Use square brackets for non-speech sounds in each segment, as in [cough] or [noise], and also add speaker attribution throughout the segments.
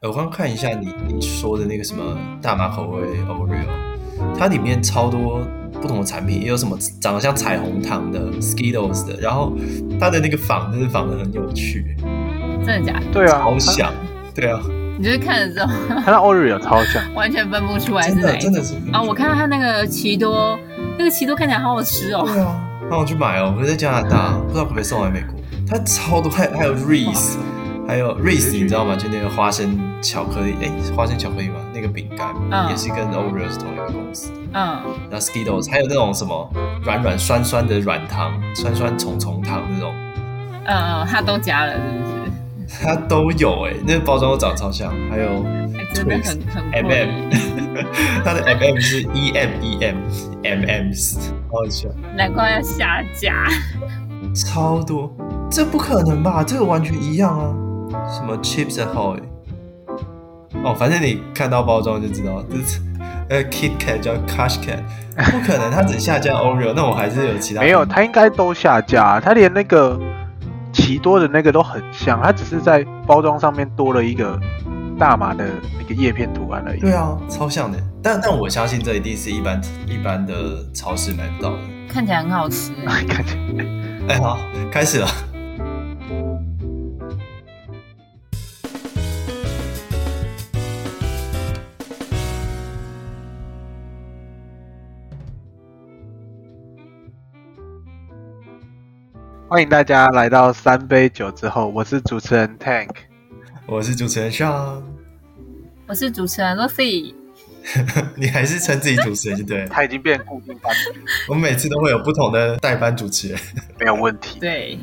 Speaker 1: 呃我刚看一下你你说的那个什么大麻口味 Oreo，它里面超多不同的产品，也有什么长得像彩虹糖的 Skittles 的，然后它的那个仿真的仿的很有趣，
Speaker 2: 真的假的？
Speaker 3: 对啊，
Speaker 1: 好想，对啊，
Speaker 2: 你就是看了之后
Speaker 3: 他他那 Oreo 超像，
Speaker 2: 完全分不出来是
Speaker 1: 真
Speaker 2: 哪
Speaker 1: 的
Speaker 2: 一
Speaker 1: 真
Speaker 2: 种
Speaker 1: 的是
Speaker 2: 啊！我看到他那个奇多，那个奇多看起来好好吃哦。
Speaker 1: 对啊，那我去买哦。可是在加拿大，不知道可不可以送来美国。它超多，还还有 Reese，还有 Reese，你知道吗？就那个花生巧克力，哎、是花生巧克力吗？那个饼干、
Speaker 2: 嗯
Speaker 1: 也是跟 Oreo 是同一个公司。
Speaker 2: 嗯，
Speaker 1: 然后 Skittles，还有那种什么软软酸酸的软糖，酸酸虫虫糖那种，
Speaker 2: 嗯嗯，他都加了，是不是？
Speaker 1: 它都有哎、那个包装都长得超像。还有
Speaker 2: 哎真的很很
Speaker 1: M
Speaker 2: 过
Speaker 1: M， [laughs]
Speaker 2: 瘾，
Speaker 1: 它的 M M 是 E M E M M M's，好笑。
Speaker 2: 难怪要下架。
Speaker 1: 超多，这不可能吧？这个完全一样啊！什么 Chips Ahoy？哦，反正你看到包装就知道，这是呃 Kit Kat 叫 Cash Cat，不可能，它只下架 Oreo，那我还是有其他
Speaker 3: 没有，他应该都下架，啊他连那个奇多的那个都很像，他只是在包装上面多了一个大麻的那个叶片图案而已。
Speaker 1: 对啊，超像的。但但我相信这一定是一般一般的超市买不到的。
Speaker 2: 看起来很好吃，
Speaker 3: [laughs] 感觉
Speaker 1: 哎，好，开始了。
Speaker 3: 欢迎大家来到三杯酒之后，我是主持人 Tank。
Speaker 1: 我是主持人 Sean，
Speaker 2: 我是主持人 Lucy，
Speaker 1: [laughs] 你还是称自己主持人就对了。
Speaker 3: 他已经变固定班底，
Speaker 1: 我们每次都会有不同的代班主持人。
Speaker 3: 没有问题。
Speaker 2: 对，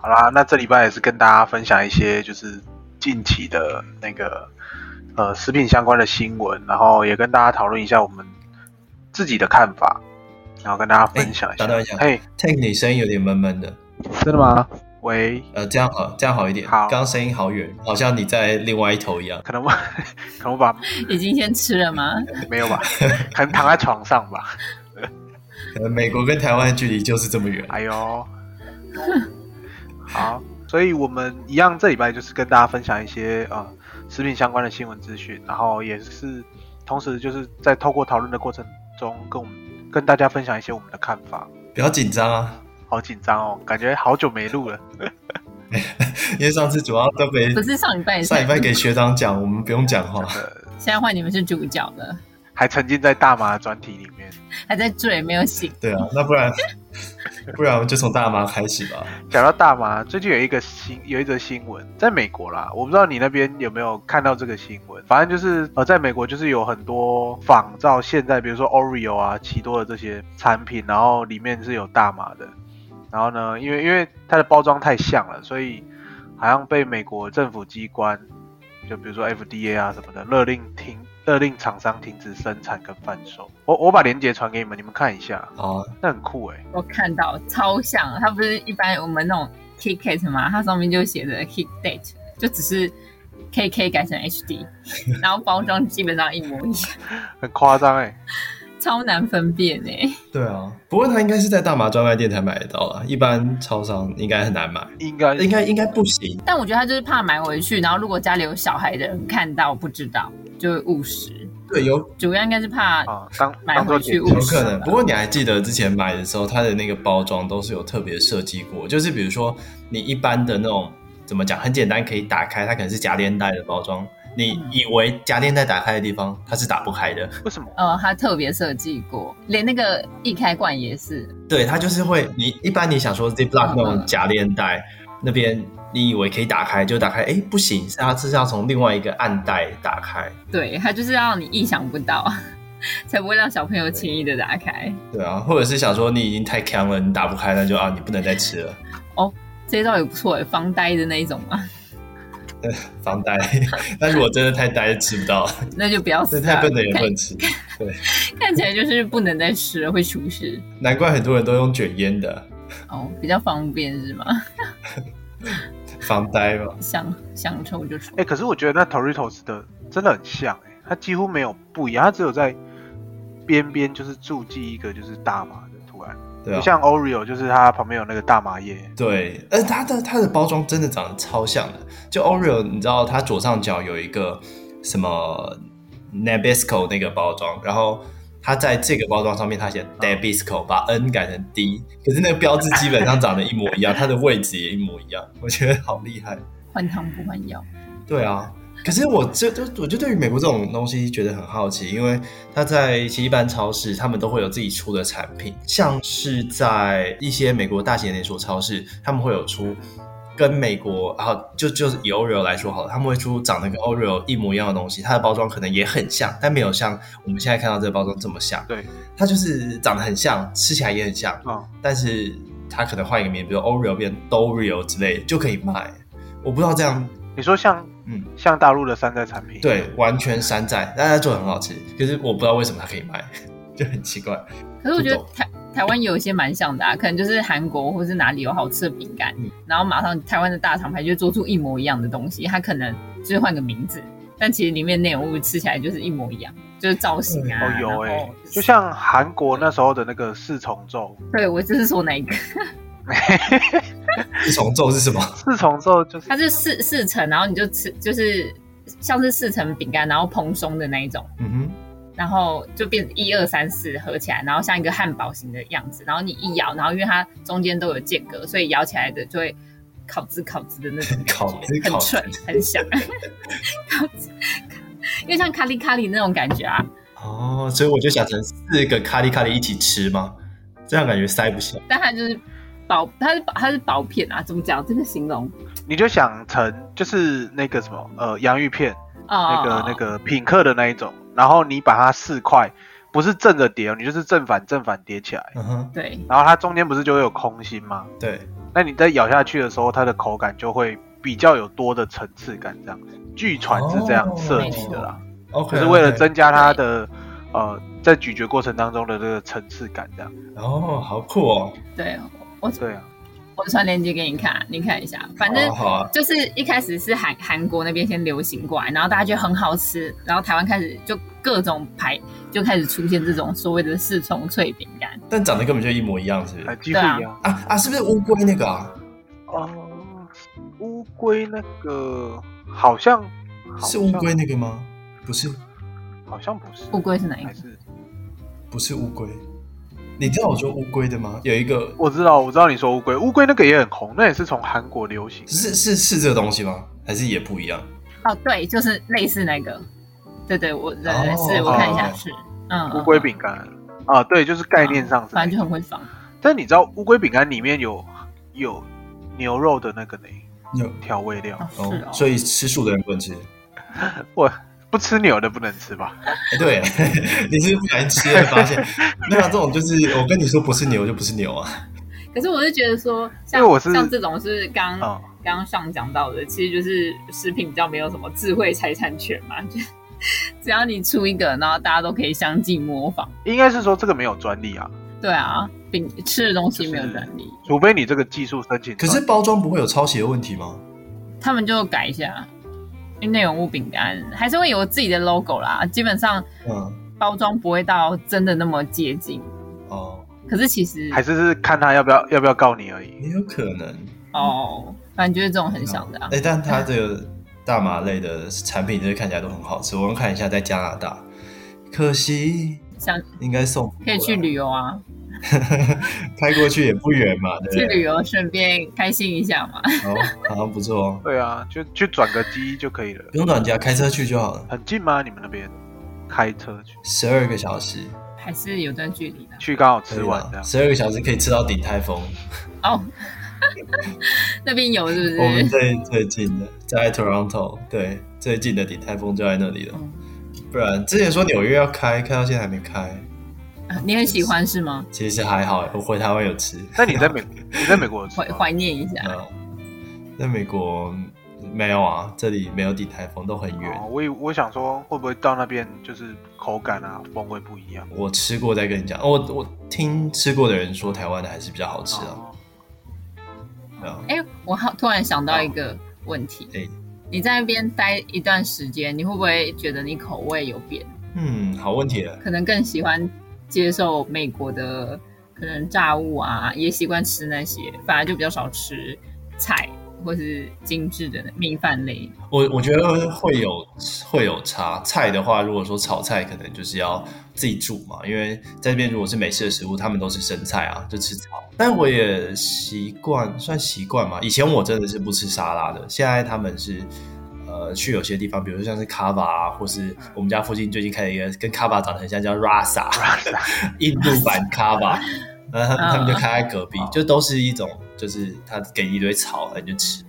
Speaker 3: 好啦，那这礼拜也是跟大家分享一些就是近期的那个呃食品相关的新闻，然后也跟大家讨论一下我们自己的看法，然后跟大家分享一下。
Speaker 1: 哎打断一下
Speaker 3: 嘿，
Speaker 1: Tank，你声音有点闷闷的。
Speaker 3: 真的吗？喂，
Speaker 1: 呃，这样好，这样好一点。
Speaker 3: 好
Speaker 1: 刚刚声音好远，好像你在另外一头一样。
Speaker 3: 可能我 [laughs] 可能我把
Speaker 2: 已经先吃了吗？
Speaker 3: 没 [laughs] 有吧，可能躺在床上吧。
Speaker 1: 呃，美国跟台湾的距离就是这么远。
Speaker 3: 哎呦， [laughs] 好，所以我们一样这礼拜就是跟大家分享一些呃食品相关的新闻资讯，然后也是同时就是在透过讨论的过程中跟我们跟大家分享一些我们的看法。
Speaker 1: 不要紧张啊，
Speaker 3: 好紧张哦，感觉好久没录了。
Speaker 1: 因为上次主要都给
Speaker 2: 不是上礼拜也是，
Speaker 1: 上礼拜给学长讲，我们不用讲话。
Speaker 3: 呃，
Speaker 2: 现在换你们是主角了，
Speaker 3: 还沉浸在大麻的专题里面，
Speaker 2: 还在追，没有醒。
Speaker 1: 对啊，那不然不然我们就从大麻开始吧。
Speaker 3: 讲到大麻，最近有一个新有一则新闻，在美国啦，我不知道你那边有没有看到这个新闻。反正就是呃，在美国就是有很多仿照现在，比如说 Oreo 啊、奇多的这些产品，然后里面是有大麻的。然后呢，因为因为它的包装太像了，所以好像被美国政府机关，就比如说 FDA 啊什么的，勒令停勒令厂商停止生产跟贩售。我我把链接传给你们，你们看一下，
Speaker 1: 好啊，
Speaker 3: 那很酷欸诶、
Speaker 2: 我看到超像，它不是一般我们那种 Kit Kat 吗？它上面就写着 Kit Date，就只是 KK 改成 HD，然后包装基本上一模一样，
Speaker 3: 很夸张欸诶、
Speaker 2: 超难分辨哎、
Speaker 1: 对啊，不过他应该是在大麻专卖店才买得到啦，一般超商应该很难买，
Speaker 3: 应该
Speaker 1: 应该应该不行。
Speaker 2: 但我觉得他就是怕买回去，然后如果家里有小孩的人看到不知道，就会误食。
Speaker 1: 对，有
Speaker 2: 主要应该是怕
Speaker 3: 啊，当
Speaker 2: 买
Speaker 3: 当做
Speaker 2: 回去
Speaker 3: 点
Speaker 2: 误
Speaker 3: 心
Speaker 1: 有可
Speaker 2: 是
Speaker 1: 能，
Speaker 2: 吧
Speaker 1: 不过你还记得之前买的时候，它的那个包装都是有特别设计过，就是比如说你一般的那种怎么讲，很简单可以打开，它可能是夹链袋的包装，你以为夹链袋打开的地方它是打不开的，
Speaker 3: 为什么？
Speaker 2: 呃，他特别设计过，连那个易开罐也是，
Speaker 1: 对，它就是会你一般你想说 Ziploc
Speaker 2: 嗯
Speaker 1: 那种夹链袋那边，你以为可以打开就打开，哎，不行，是它是要从另外一个暗袋打开，
Speaker 2: 对他就是让你意想不到， [laughs] 才不会让小朋友轻易的打开。
Speaker 1: 对啊，或者是想说你已经太强了，你打不开，那就啊你不能再吃了，
Speaker 2: 这一招也不错哎，防呆的那一种嘛，
Speaker 1: 防呆。 [laughs] 但如果真的太呆，吃不
Speaker 3: [laughs]
Speaker 1: 到。
Speaker 2: 那就不要
Speaker 1: 这
Speaker 2: 吃
Speaker 1: 太
Speaker 2: 了。
Speaker 3: 啊
Speaker 1: 笨的也不能吃，
Speaker 2: 看看起来就是不能再吃了，会出事
Speaker 1: 难怪很多人都用卷烟的
Speaker 2: 哦，比较方便是吗？ [laughs]
Speaker 1: 防呆嘛。
Speaker 2: 想想抽就抽
Speaker 3: 哎、，可是我觉得那 Toritos 的真的很像、欸，它几乎没有不一样，它只有在边边就是注记一个就是大麻的图案，
Speaker 1: 对啊，
Speaker 3: 像 Oreo 就是它旁边有那个大麻叶，
Speaker 1: 对，而它的它的包装真的长得超像的。就 Oreo，你知道它左上角有一个什么 Nabisco 那个包装，然后它在这个包装上面它
Speaker 3: 嗯
Speaker 1: 写 Nabisco，把 N 改成 D，可是那个标志基本上长得一模一样，它的位置也一模一样，我觉得好厉害。
Speaker 2: 换汤不换药。
Speaker 1: 对啊，可是我这就我就对于美国这种东西觉得很好奇，因为它在其实一般超市他们都会有自己出的产品，像是在一些美国大型连锁超市，他们会有出跟美国啊就就是以 Oreo 来说好了，他们会出长得跟 Oreo 一模一样的东西，它的包装可能也很像，但没有像我们现在看到这个包装这么像。
Speaker 3: 对，
Speaker 1: 它就是长得很像，吃起来也很像，
Speaker 3: 嗯，
Speaker 1: 但是它可能换一个名，比如 Oreo 变 Doreo 之类的就可以卖。我不知道这样，
Speaker 3: 你说像
Speaker 1: 嗯。
Speaker 3: 像大陆的山寨产品，，
Speaker 1: 对，完全山寨，但它做的很好吃，可是我不知道为什么它可以卖， [laughs] 就很奇怪。
Speaker 2: 可是我觉得
Speaker 1: 不懂
Speaker 2: 台台湾有一些蛮像的啊，可能就是韩国或是哪里有好吃的饼干，
Speaker 1: 嗯
Speaker 2: 然后马上台湾的大厂牌就做出一模一样的东西，它可能就是换个名字，但其实里面内容物吃起来就是一模一样，就是造型
Speaker 1: 嗯
Speaker 2: 啊，
Speaker 3: 哦有哎、
Speaker 2: 然后
Speaker 3: 就像韩国那时候的那个四重奏，
Speaker 2: 对我就是说那一个，
Speaker 1: 自从咒是什么？ [laughs]
Speaker 3: 四重奏就是
Speaker 2: 它是四四层，然后你就吃就是像是四层饼干，然后蓬松的那一种。
Speaker 1: 嗯
Speaker 2: 然后就变一二三四合起来，然后像一个汉堡型的样子。然后你一咬，然后因为它中间都有间隔，所以咬起来的就会烤滋烤滋的那种感
Speaker 1: 烤滋
Speaker 2: 觉，
Speaker 1: 烤
Speaker 2: 很
Speaker 1: 滋
Speaker 2: 脆，很 [laughs] 响。烤滋因为像咖喱咖喱那种感觉啊，
Speaker 1: 哼，哦，所以我就想成四个咖喱咖喱一起吃嘛，这样感觉塞不下。
Speaker 2: 但它就是薄，它是薄它是薄片啊，怎么讲？这个形容
Speaker 3: 你就想成就是那个什么呃洋芋片，
Speaker 2: 哦，
Speaker 3: 那个那个品客的那一种，然后你把它四块，不是正着叠哦，你就是正反正反叠起来，
Speaker 1: 嗯哼，
Speaker 2: 对，
Speaker 3: 然后它中间不是就会有空心吗？
Speaker 1: 对，
Speaker 3: 那你在咬下去的时候，它的口感就会比较有多的层次感，这样子。据传是这样设计的啦，
Speaker 1: o k
Speaker 3: 可是为了增加它的呃在咀嚼过程当中的这个层次感，这样。
Speaker 1: 哦，好酷哦，
Speaker 2: 对我
Speaker 3: 对啊，
Speaker 2: 我传链接给你看，你看一下，反正
Speaker 1: 好啊好啊，
Speaker 2: 就是一开始是韩韩国那边先流行过来，然后大家觉得很好吃，然后台湾开始就各种牌就开始出现这种所谓的四重脆饼干，
Speaker 1: 但长得根本就一模一样，是不是？
Speaker 3: 哎，
Speaker 1: 啊
Speaker 3: 几乎一样。
Speaker 1: 啊，是不是乌龟那个啊？
Speaker 3: 哦，乌龟那个好像好
Speaker 1: 是
Speaker 3: 像
Speaker 1: 乌龟那个吗？不是，
Speaker 3: 好像不是
Speaker 2: 乌龟是哪一个
Speaker 3: 还？是
Speaker 1: 不是乌龟。你知道我说乌龟的吗？有一个
Speaker 3: 我知道，我知道你说乌龟，乌龟那个也很红，那也是从韩国流行。
Speaker 1: 是是是这个东西吗？还是也不一样？
Speaker 2: 哦，对，就是类似那个，对对，我对对、
Speaker 1: 哦
Speaker 2: 是，我看一下
Speaker 3: 哦
Speaker 2: 是，嗯，
Speaker 3: 乌龟
Speaker 2: 嗯
Speaker 3: 饼干啊，对，就是概念上是那
Speaker 2: 反
Speaker 3: 个。
Speaker 2: 正就很会仿，
Speaker 3: 但你知道乌龟饼干里面有有牛肉的那个呢
Speaker 1: 有
Speaker 3: 调味料，
Speaker 2: 哦
Speaker 1: 哦
Speaker 2: 是哦，
Speaker 1: 所以吃素的人不能吃。
Speaker 3: 我不吃牛的不能吃吧？
Speaker 1: 哎对， [laughs] 你是不是不小心吃了发现，那这种就是我跟你说不是牛就不是牛啊。
Speaker 2: 可是我是觉得说，像
Speaker 3: 因为我是
Speaker 2: 像这种是刚
Speaker 1: 嗯
Speaker 3: 啊、
Speaker 2: 刚刚上讲到的，其实就是食品比较没有什么智慧财产权嘛，就 [laughs] 只要你出一个，然后大家都可以相继模仿。
Speaker 3: 应该是说这个没有专利啊，
Speaker 2: 对啊，饼吃的东西没有专利，
Speaker 3: 除非你这个技术申请
Speaker 1: 可
Speaker 3: 专利。
Speaker 1: 是包装不会有抄袭的问题吗？
Speaker 2: 他们就改一下，因为内容物饼干还是会有自己的 logo 啦，基本上
Speaker 1: 嗯，
Speaker 2: 包装不会到真的那么接近。
Speaker 1: 哦，
Speaker 2: 可是其实
Speaker 3: 还是是看他要不要要不要告你而已。
Speaker 1: 也有可能。
Speaker 2: 哦，反正就是这种很像的、啊。
Speaker 1: 哎，但它这个大麻类的产品，就是看起来都很好吃。我们看一下，在加拿大，可惜
Speaker 2: 想
Speaker 1: 应该送
Speaker 2: 可以去旅游啊，
Speaker 1: 开过去也不远嘛，对不啊
Speaker 2: 去
Speaker 1: 对？
Speaker 2: 旅游顺便开心一下嘛。 [laughs]
Speaker 1: 好，好像不错哦，
Speaker 3: 对啊，就去转个机就可以了
Speaker 1: 不。用转家，开车去就好了，
Speaker 3: 很近吗？你们那边开车去
Speaker 1: 十二个小时，
Speaker 2: 还是有段距离的
Speaker 3: 去刚好
Speaker 1: 可
Speaker 3: 吃
Speaker 1: 以啊
Speaker 3: 完这
Speaker 1: 吧？
Speaker 3: 样。
Speaker 1: 十二个小时可以吃到顶泰丰。
Speaker 2: 哦， [laughs] 那边有是不
Speaker 1: 我们
Speaker 2: 是？
Speaker 1: 最最近的在 Toronto，对，最近的顶泰丰就在那里了。
Speaker 2: 嗯
Speaker 1: 不然之前说纽约要开，开到现在还没开，
Speaker 2: 啊你很喜欢是吗？
Speaker 1: 其实还好。我回台湾有吃，
Speaker 3: 那你在美，你在美国有吃
Speaker 2: 怀
Speaker 3: 吗？
Speaker 2: 怀念一下，
Speaker 1: 嗯，在美国没有啊，这里没有顶泰丰，都很远。
Speaker 3: 哦，我以我想说会不会到那边就是口感啊风味不一样？
Speaker 1: 我吃过再跟你讲，我我听吃过的人说台湾的还是比较好吃啊。
Speaker 3: 哦
Speaker 1: 对啊，
Speaker 2: 哎、我好突然想到一个问题，
Speaker 1: 哎
Speaker 2: 你在那边待一段时间，你会不会觉得你口味有变，
Speaker 1: 嗯，好问题了。
Speaker 2: 可能更喜欢接受美国的可能炸物啊，也习惯吃那些，反而就比较少吃菜或是精致的米饭类。
Speaker 1: 我我觉得会有会有差。菜的话，如果说炒菜，可能就是要自己煮嘛，因为在这边如果是美式的食物，他们都是生菜啊，就吃炒。但我也习惯，算习惯嘛。以前我真的是不吃沙拉的，现在他们是。呃，去有些地方，比如说像是卡瓦啊，或是我们家附近最近开了一个跟卡瓦长得很像，叫 Rasa，印 [laughs] 度版卡瓦。然后他们就开在隔壁，就都是一种，就是他给你一堆草，你就吃，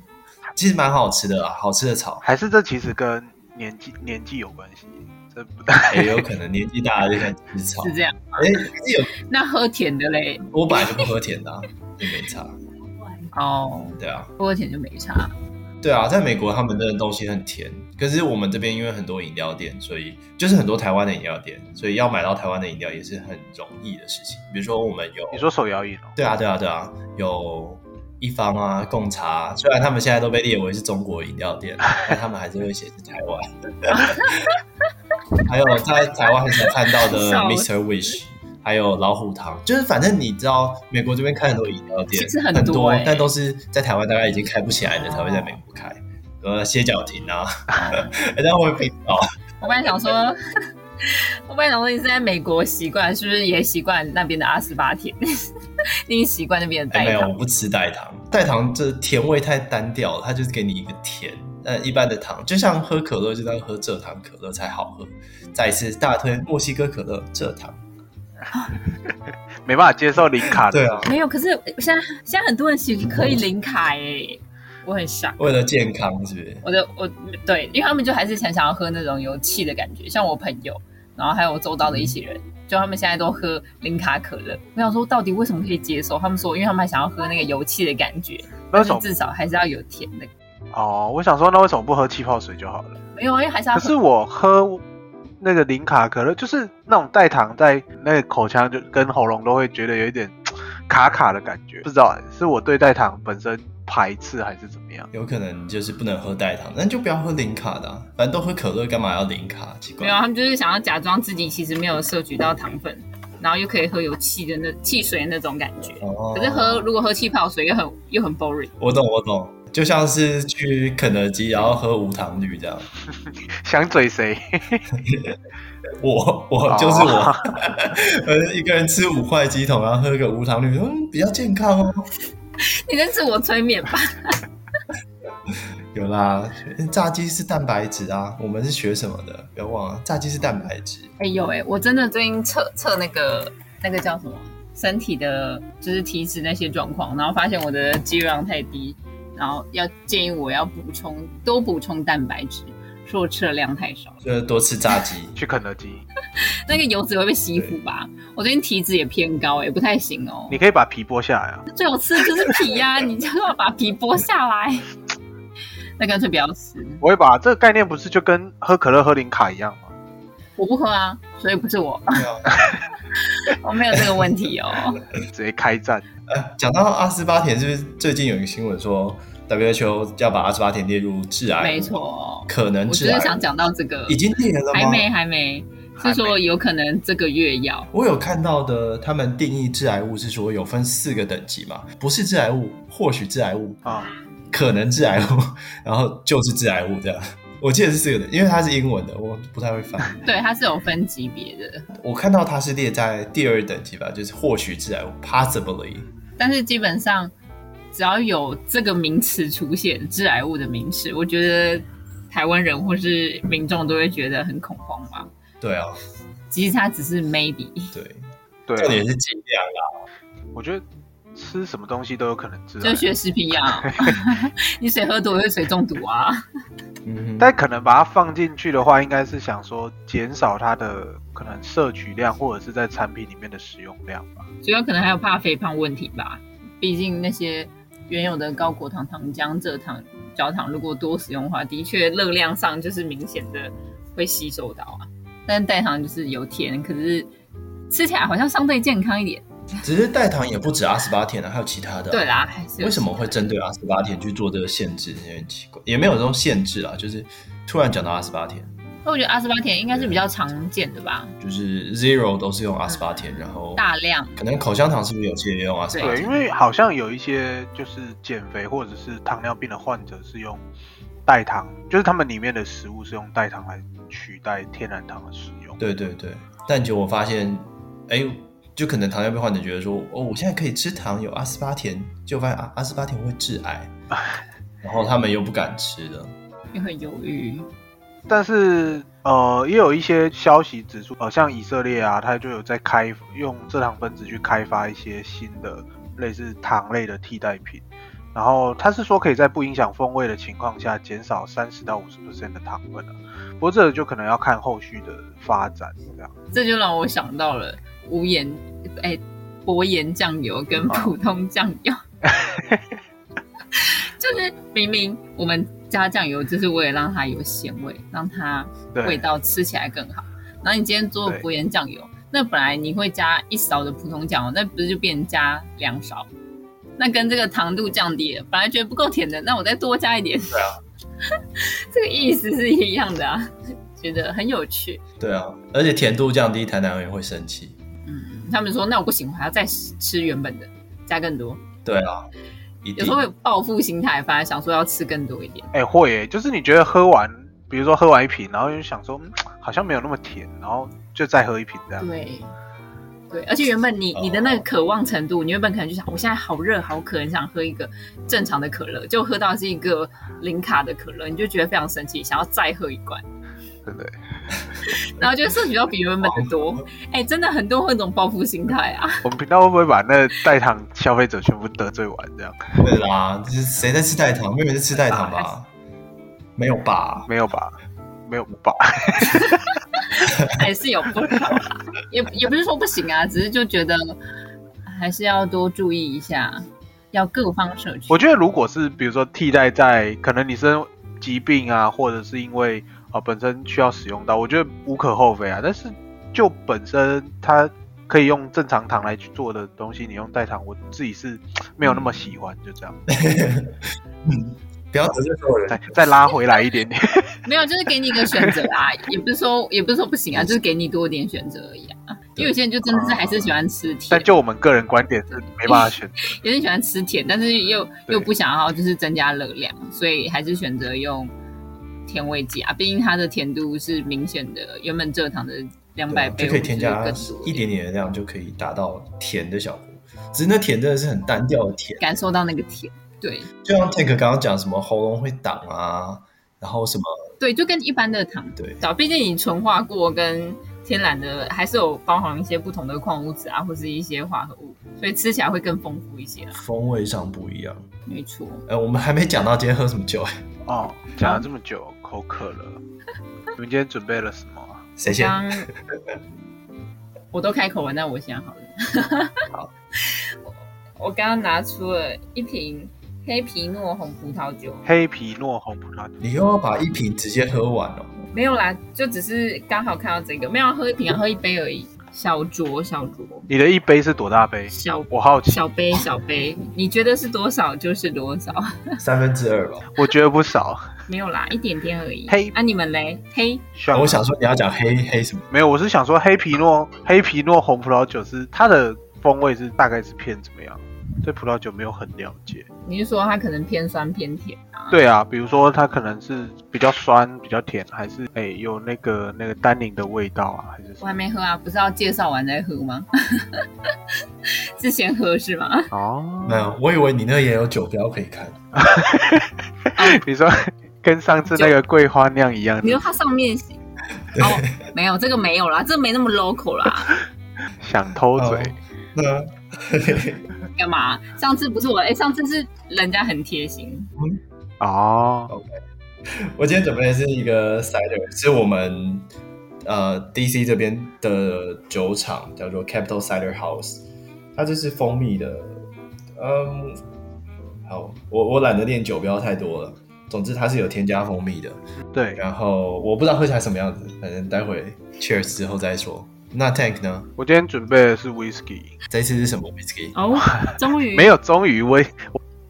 Speaker 1: 其实蛮好吃的啦，啊好吃的草。
Speaker 3: 还是这其实跟年纪年纪有关系，这不太
Speaker 1: 也有可能年纪大了就开始吃草。
Speaker 2: 是这样。
Speaker 1: 哎，有
Speaker 2: 那喝甜的嘞？
Speaker 1: 我本来就不喝甜的、啊，也没差。
Speaker 2: 哦，
Speaker 1: 对啊，
Speaker 2: 不过甜就没差。
Speaker 1: 对啊，在美国他们的东西很甜，可是我们这边因为很多饮料店，所以就是很多台湾的饮料店，所以要买到台湾的饮料也是很容易的事情。比如说我们有，
Speaker 3: [laughs] 你说手摇饮哦？
Speaker 1: 对啊，对啊，对啊，有一方啊、贡茶、啊，虽然他们现在都被列为是中国饮料
Speaker 2: [laughs]
Speaker 1: 店，但他们还是会写是台湾。还有在台湾很常看到的 Mr. Wish。还有老虎堂，就是反正你知道，美国这边开很多饮料店，
Speaker 2: 其实
Speaker 1: 很
Speaker 2: 多,、欸很哦
Speaker 1: 多，但都是在台湾大概已经开不起来的，才会在美国开，呃，歇脚亭
Speaker 2: [laughs]
Speaker 1: 啊， [laughs] 这样会被到。
Speaker 2: 我本来想说， [laughs] 我本来想说你是在美国习惯，是不是也习惯那边的阿斯巴甜？ [laughs] 你习惯那边的代糖、
Speaker 1: 欸？没有，我不吃代糖，代糖这甜味太单调了，它就是给你一个甜。呃，一般的糖就像喝可乐，就当喝蔗糖可乐才好喝。再一次大推墨西哥可乐蔗糖。
Speaker 3: 没办法接受零卡的，
Speaker 1: 对啊，
Speaker 2: 没有。可是现在现在很多人其实可以零卡哎、欸，我很傻。
Speaker 1: 为了健康是不是？
Speaker 2: 我的我对，因为他们就还是很想要喝那种有气的感觉，像我朋友，然后还有我周遭的一些人，就他们现在都喝零卡可乐。我想说，到底为什么可以接受？他们说，因为他们还想要喝那个油气的感觉，但是至少还是要有甜的。
Speaker 3: 哦，我想说，那为什么不喝气泡水就好了？
Speaker 2: 没有，因为还是要。
Speaker 3: 可是我喝。那个零卡可乐就是那种代糖，在那个口腔就跟喉咙都会觉得有一点卡卡的感觉，不知道是我对代糖本身排斥还是怎么样。 [laughs]
Speaker 1: 有可能就是不能喝代糖，那就不要喝零卡的、啊，反正都喝可乐，干嘛要零卡？奇怪。
Speaker 2: 没有，啊他们就是想要假装自己其实没有摄取到糖分，然后又可以喝有气的那汽水那种感觉。
Speaker 1: 哦。
Speaker 2: 可是喝如果喝气泡水又很又很 boring。
Speaker 1: 我懂，我懂。就像是去肯德基，然后喝无糖绿这样。
Speaker 3: 想嘴谁？ [laughs]
Speaker 1: 我
Speaker 2: 哦
Speaker 1: 我就是我， [laughs] 呃、oh. 一个人吃五块鸡桶，然后喝个无糖绿，嗯，比较健康哦。
Speaker 2: 你在自我催眠吧？
Speaker 1: 有啦，炸鸡是蛋白质啊，我们是学什么的？不要忘了，炸鸡是蛋白质。
Speaker 2: 哎、欸、有哎、欸，我真的最近测测那个那个叫什么身体的，就是体脂那些状况，然后发现我的肌肉量太低。然后要建议我要补充多补充蛋白质，说我吃的量太少，
Speaker 1: 就是多吃炸
Speaker 2: [laughs]
Speaker 1: 鸡，
Speaker 3: 去肯德基，
Speaker 2: 那个油脂会被吸附吧？我最近体脂也偏高、欸，哎，不太行哦。
Speaker 3: 你可以把皮剥下来啊，
Speaker 2: 最好吃的就是皮呀、啊， [laughs] 你就要把皮剥下来，那干脆不要吃。
Speaker 3: 我会把这个概念不是就跟喝可乐喝零卡一样吗？
Speaker 2: 我不喝啊，所以不是我， [laughs]
Speaker 1: 啊
Speaker 2: 我没有这个
Speaker 1: [laughs]
Speaker 2: 问题哦。
Speaker 3: 直接开战。
Speaker 1: 呃，讲到阿斯巴甜，是不是最近有一个新闻说 WHO 要把阿斯巴甜列入致癌？
Speaker 2: 没错，哦
Speaker 1: 可能致癌。
Speaker 2: 我就是想讲到这个，
Speaker 1: 已经列了吗？
Speaker 2: 还没，还没。是说有可能这个月要。
Speaker 1: 我有看到的，他们定义致癌物是说有分四个等级嘛，不是致癌物，或许致癌物
Speaker 3: 啊，
Speaker 1: 可能致癌物，然后就是致癌物这样。我记得是四个的，因为它是英文的，我不太会翻。
Speaker 2: 对，它是有分级别的。
Speaker 1: 我看到它是列在第二等级吧，就是或许致癌物 （possibly）。
Speaker 2: 但是基本上，只要有这个名词出现，致癌物的名词，我觉得台湾人或是民众都会觉得很恐慌吧。
Speaker 1: 对啊，
Speaker 2: 其实它只是 maybe。
Speaker 1: 对，
Speaker 3: 对、啊，
Speaker 1: 重点是尽量
Speaker 3: 啦。我觉得。吃什么东西都有可能致癌，
Speaker 2: 就学食品 [laughs] 药，你水喝多会水中毒啊。
Speaker 1: 嗯，
Speaker 3: 但可能把它放进去的话，应该是想说减少它的可能摄取量，或者是在产品里面的使用量吧。
Speaker 2: 主要可能还有怕肥胖问题吧，毕竟那些原有的高果糖糖浆、蔗糖、焦糖，如果多使用的话，的确热量上就是明显的会吸收到啊。但代糖就是有甜，可是吃起来好像相对健康一点。
Speaker 1: 只是代糖也不止阿斯巴甜啊，还有其他的、啊。
Speaker 2: 对啦，还是
Speaker 1: 为什么会针对阿斯巴甜去做这个限制？有点奇怪，也没有这种限制啊，就是突然讲到阿斯巴甜。
Speaker 2: 那我觉得阿斯巴甜应该是比较常见的吧，
Speaker 1: 就是 Zero 都是用阿斯巴甜，然后
Speaker 2: 大量
Speaker 1: 可能口香糖是不是有些也用阿斯巴
Speaker 3: 对，
Speaker 1: 甜？
Speaker 3: 因为好像有一些就是减肥或者是糖尿病的患者是用代糖，就是他们里面的食物是用代糖来取代天然糖的使用。
Speaker 1: 对对对，但就我发现，哎，就可能糖尿病患者觉得说，哦，我现在可以吃糖，有阿斯巴甜，就发现啊阿阿斯巴甜会致癌，然后他们又不敢吃了。
Speaker 2: 又很犹豫。
Speaker 3: 但是呃，也有一些消息指出，呃，像以色列啊，它就有在开用蔗糖分子去开发一些新的类似糖类的替代品。然后它是说可以在不影响风味的情况下减少三十到五十 percent 的糖分啊，不过这个就可能要看后续的发展这样。
Speaker 2: 这就让我想到了无盐，哎，薄盐酱油跟普通酱油， [laughs] 就是明明我们加酱油，就是为了让它有咸味，让它
Speaker 3: 对，
Speaker 2: 味道吃起来更好。然后你今天做
Speaker 3: 对
Speaker 2: 薄盐酱油，那本来你会加一勺的普通酱油，那不是就变成加两勺？那跟这个糖度降低了，本来觉得不够甜的，那我再多加一点。对啊， [laughs] 这个意思是一样的啊，觉得很有趣。
Speaker 1: 对啊，而且甜度降低，台南人会生气。
Speaker 2: 嗯，他们说那我不行，我还要再吃原本的，加更多。
Speaker 1: 对啊，一
Speaker 2: 有
Speaker 1: 定
Speaker 2: 时候会有报复心态，反而想说要吃更多一点。
Speaker 3: 哎、会耶，就是你觉得喝完，比如说喝完一瓶，然后就想说，嗯，好像没有那么甜，然后就再喝一瓶这样。
Speaker 2: 对，对，而且原本你
Speaker 1: 哦
Speaker 2: 你的那个渴望程度，你原本可能就想，我现在好热好渴，很想喝一个正常的可乐，就喝到是一个零卡的可乐，你就觉得非常生气，想要再喝一罐，
Speaker 3: 对不对？
Speaker 2: 然后就摄取到比原本的多。 [laughs] 哎、真的很多会有种报复心态啊！
Speaker 3: 我们频道会不会把那代糖消费者全部得罪完这样？
Speaker 1: 对啦，就是谁在吃代糖？没有人在吃代糖吧？没有吧？ [laughs]
Speaker 3: 没有吧？没有吧？ [laughs]
Speaker 2: 还是有不好啦，也也不是说不行啊，只是就觉得还是要多注意一下，要各方摄取。
Speaker 3: 我觉得如果是比如说替代在可能你生疾病啊，或者是因为啊、呃本身需要使用到，我觉得无可厚非啊。但是就本身它可以用正常糖来去做的东西，你用代糖，我自己是没有那么喜欢，就这样。
Speaker 1: 嗯不要得罪所有人
Speaker 3: 再。再拉回来一点点。
Speaker 1: [laughs]
Speaker 2: 没有，就是给你一个选择啊，也不是说也不是说不
Speaker 1: 嗯
Speaker 2: 行啊，就是给你多一点选择而已啊。因为有些人就真的是还是喜欢吃甜
Speaker 3: 但，就我们个人观点是没办法选择。
Speaker 2: 有些人喜欢吃甜，但是又
Speaker 3: 对
Speaker 2: 又不想要就是增加热量，所以还是选择用甜味剂啊。毕竟它的甜度是明显的，原本蔗糖的两
Speaker 1: 对
Speaker 2: 百
Speaker 1: 啊
Speaker 2: 倍
Speaker 1: 就可以
Speaker 2: 或者
Speaker 1: 添
Speaker 2: 是
Speaker 1: 加
Speaker 2: 更多
Speaker 1: 一点点的量，就可以达到甜的效果。只是那甜真的是很单调的甜，
Speaker 2: 感受到那个甜。对
Speaker 1: 就像 Tank 刚刚讲什么喉咙会挡啊，然后什么
Speaker 2: 对，就跟一般的糖
Speaker 1: 对
Speaker 2: 对啊，毕竟你纯化过跟天然的还是有包含一些不同的矿物质啊，或是一些化合物，所以吃起来会更丰富一些啊啦。
Speaker 1: 风味上不一样。
Speaker 2: 没错。
Speaker 1: 呃，我们还没讲到今天喝什么酒，
Speaker 3: 哦，讲了这么久，口渴了。你们今天准备了什么啊？
Speaker 1: 谁先？
Speaker 2: 刚我都开口了，那我先好了。
Speaker 1: 好，
Speaker 2: 我刚刚拿出了一瓶黑皮诺红葡萄酒，
Speaker 3: 黑皮诺红葡萄酒。
Speaker 1: 你又要把一瓶直接喝完哦？
Speaker 2: 没有啦，就只是刚好看到这个，没有啊要喝一瓶，要喝一杯而已。小酌，小酌，
Speaker 3: 你的一杯是多大杯？
Speaker 2: 小
Speaker 3: 我好奇，
Speaker 2: 小杯，小杯，你觉得是多少就是多少，
Speaker 1: 三分之二吧。
Speaker 3: 我觉得不少。
Speaker 2: 没有啦，一点点而已。
Speaker 3: 黑
Speaker 2: 啊，你们嘞？黑
Speaker 3: 像
Speaker 1: 我想说你要讲黑黑什么？
Speaker 3: 没有，我是想说黑皮诺黑皮诺红葡萄酒是它的风味是大概是偏怎么样？对葡萄酒没有很了解。
Speaker 2: 你是说它可能偏酸偏甜啊？
Speaker 3: 对啊，比如说它可能是比较酸、比较甜，还是哎有那个那个单宁的味道啊，还是什
Speaker 2: 我
Speaker 3: 么？
Speaker 2: 还没喝啊，不是要介绍完再喝吗？ [laughs] 是先喝是吗？
Speaker 3: 哦，
Speaker 1: 没有，我以为你那也有酒标可以看。
Speaker 3: 你说跟上次那个桂花酿一样
Speaker 2: 你说它上面写哦，没有这个没有啦，这个没那么 local 啦。
Speaker 3: 想偷嘴。
Speaker 1: 哦那 [laughs]
Speaker 2: 干嘛？上次不是我哎、上次是人家很贴心，
Speaker 3: 哦，
Speaker 1: 我今天准备的是一个 cider，是我们呃 DC 这边的酒厂叫做 Capital Cider House，它这是蜂蜜的，嗯，好，我我懒得念酒标太多了，总之它是有添加蜂蜜的，
Speaker 3: 对，
Speaker 1: 然后我不知道喝起来什么样子，反正待会 Cheers 之后再说。那 Tank 呢？
Speaker 3: 我今天准备的是 whisky， [laughs]
Speaker 1: 这一次是什么 whisky？
Speaker 2: 哦，终于
Speaker 3: 没有，终于我我知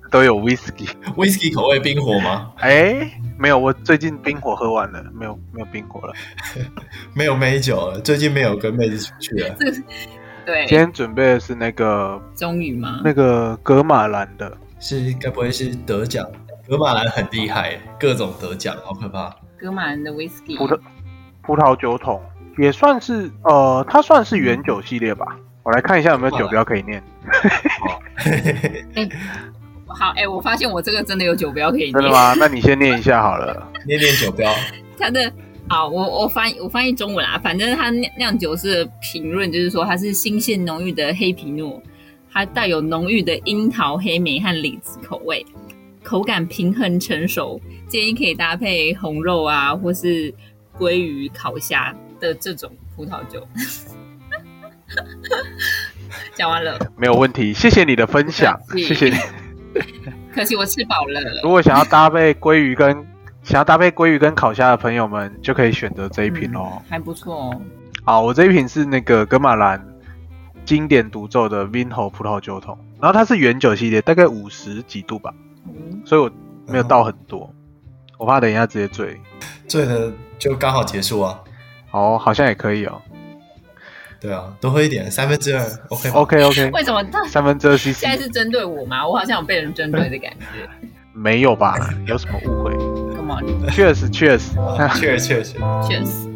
Speaker 3: 都有 whisky。
Speaker 1: whisky 口味冰火吗？
Speaker 3: 哎，没有，我最近冰火喝完了，没有没有冰火了。
Speaker 1: 没有美酒了，最近没有跟妹子出去了。
Speaker 2: 对，
Speaker 3: 今天准备的是那个
Speaker 2: 终于吗？
Speaker 3: 那个格马兰的，
Speaker 1: 是该不会是得奖？格马兰很厉害，各种得奖，好可怕。
Speaker 2: 格马兰的 whisky，
Speaker 3: 葡萄葡萄酒桶，也算是呃，它算是原酒系列吧。我来看一下有没有酒标可以念，
Speaker 2: 好，哎、我发现我这个真的有酒标可以
Speaker 3: 真的
Speaker 2: 念。
Speaker 3: 吗？那你先念一下好了。 [laughs]
Speaker 1: 念念酒标， [laughs]
Speaker 2: 它的好，我我翻译我翻译中文啦，啊反正它酿酿酒师的评论就是说，它是新鲜浓郁的黑皮诺，它带有浓郁的樱桃、黑莓和李子口味，口感平衡成熟，建议可以搭配红肉啊，或是鲑鱼、烤虾的这种葡萄酒。讲完了，
Speaker 3: 没有问题，谢谢你的分享，
Speaker 2: 不客气
Speaker 3: 谢谢你。
Speaker 2: 可惜我吃饱了。
Speaker 3: 如果想要搭配鲑鱼跟想要搭配鲑鱼跟烤虾的朋友们，就可以选择这一瓶哦。
Speaker 2: 嗯还不错哦。
Speaker 3: 好，我这一瓶是那个格马兰经典独奏的 Vinho 葡萄酒桶，然后它是原酒系列，大概五十几度吧，
Speaker 2: 嗯
Speaker 3: 所以我没有倒很多，我怕等一下直接醉。
Speaker 1: 醉了就刚好结束啊。
Speaker 3: 哦，好像也可以哦。
Speaker 1: 对啊，多喝一点，三分之二，OK 吧？
Speaker 3: OK OK，
Speaker 2: 为什么他
Speaker 3: 三分之二
Speaker 2: 现在
Speaker 3: CC
Speaker 2: 是针对我吗？我好像有被人针对的感觉。
Speaker 3: 没有吧？有什么误会
Speaker 2: Come on，
Speaker 3: ？Cheers Cheers，
Speaker 1: 啊 cheers cheers，
Speaker 2: 确实，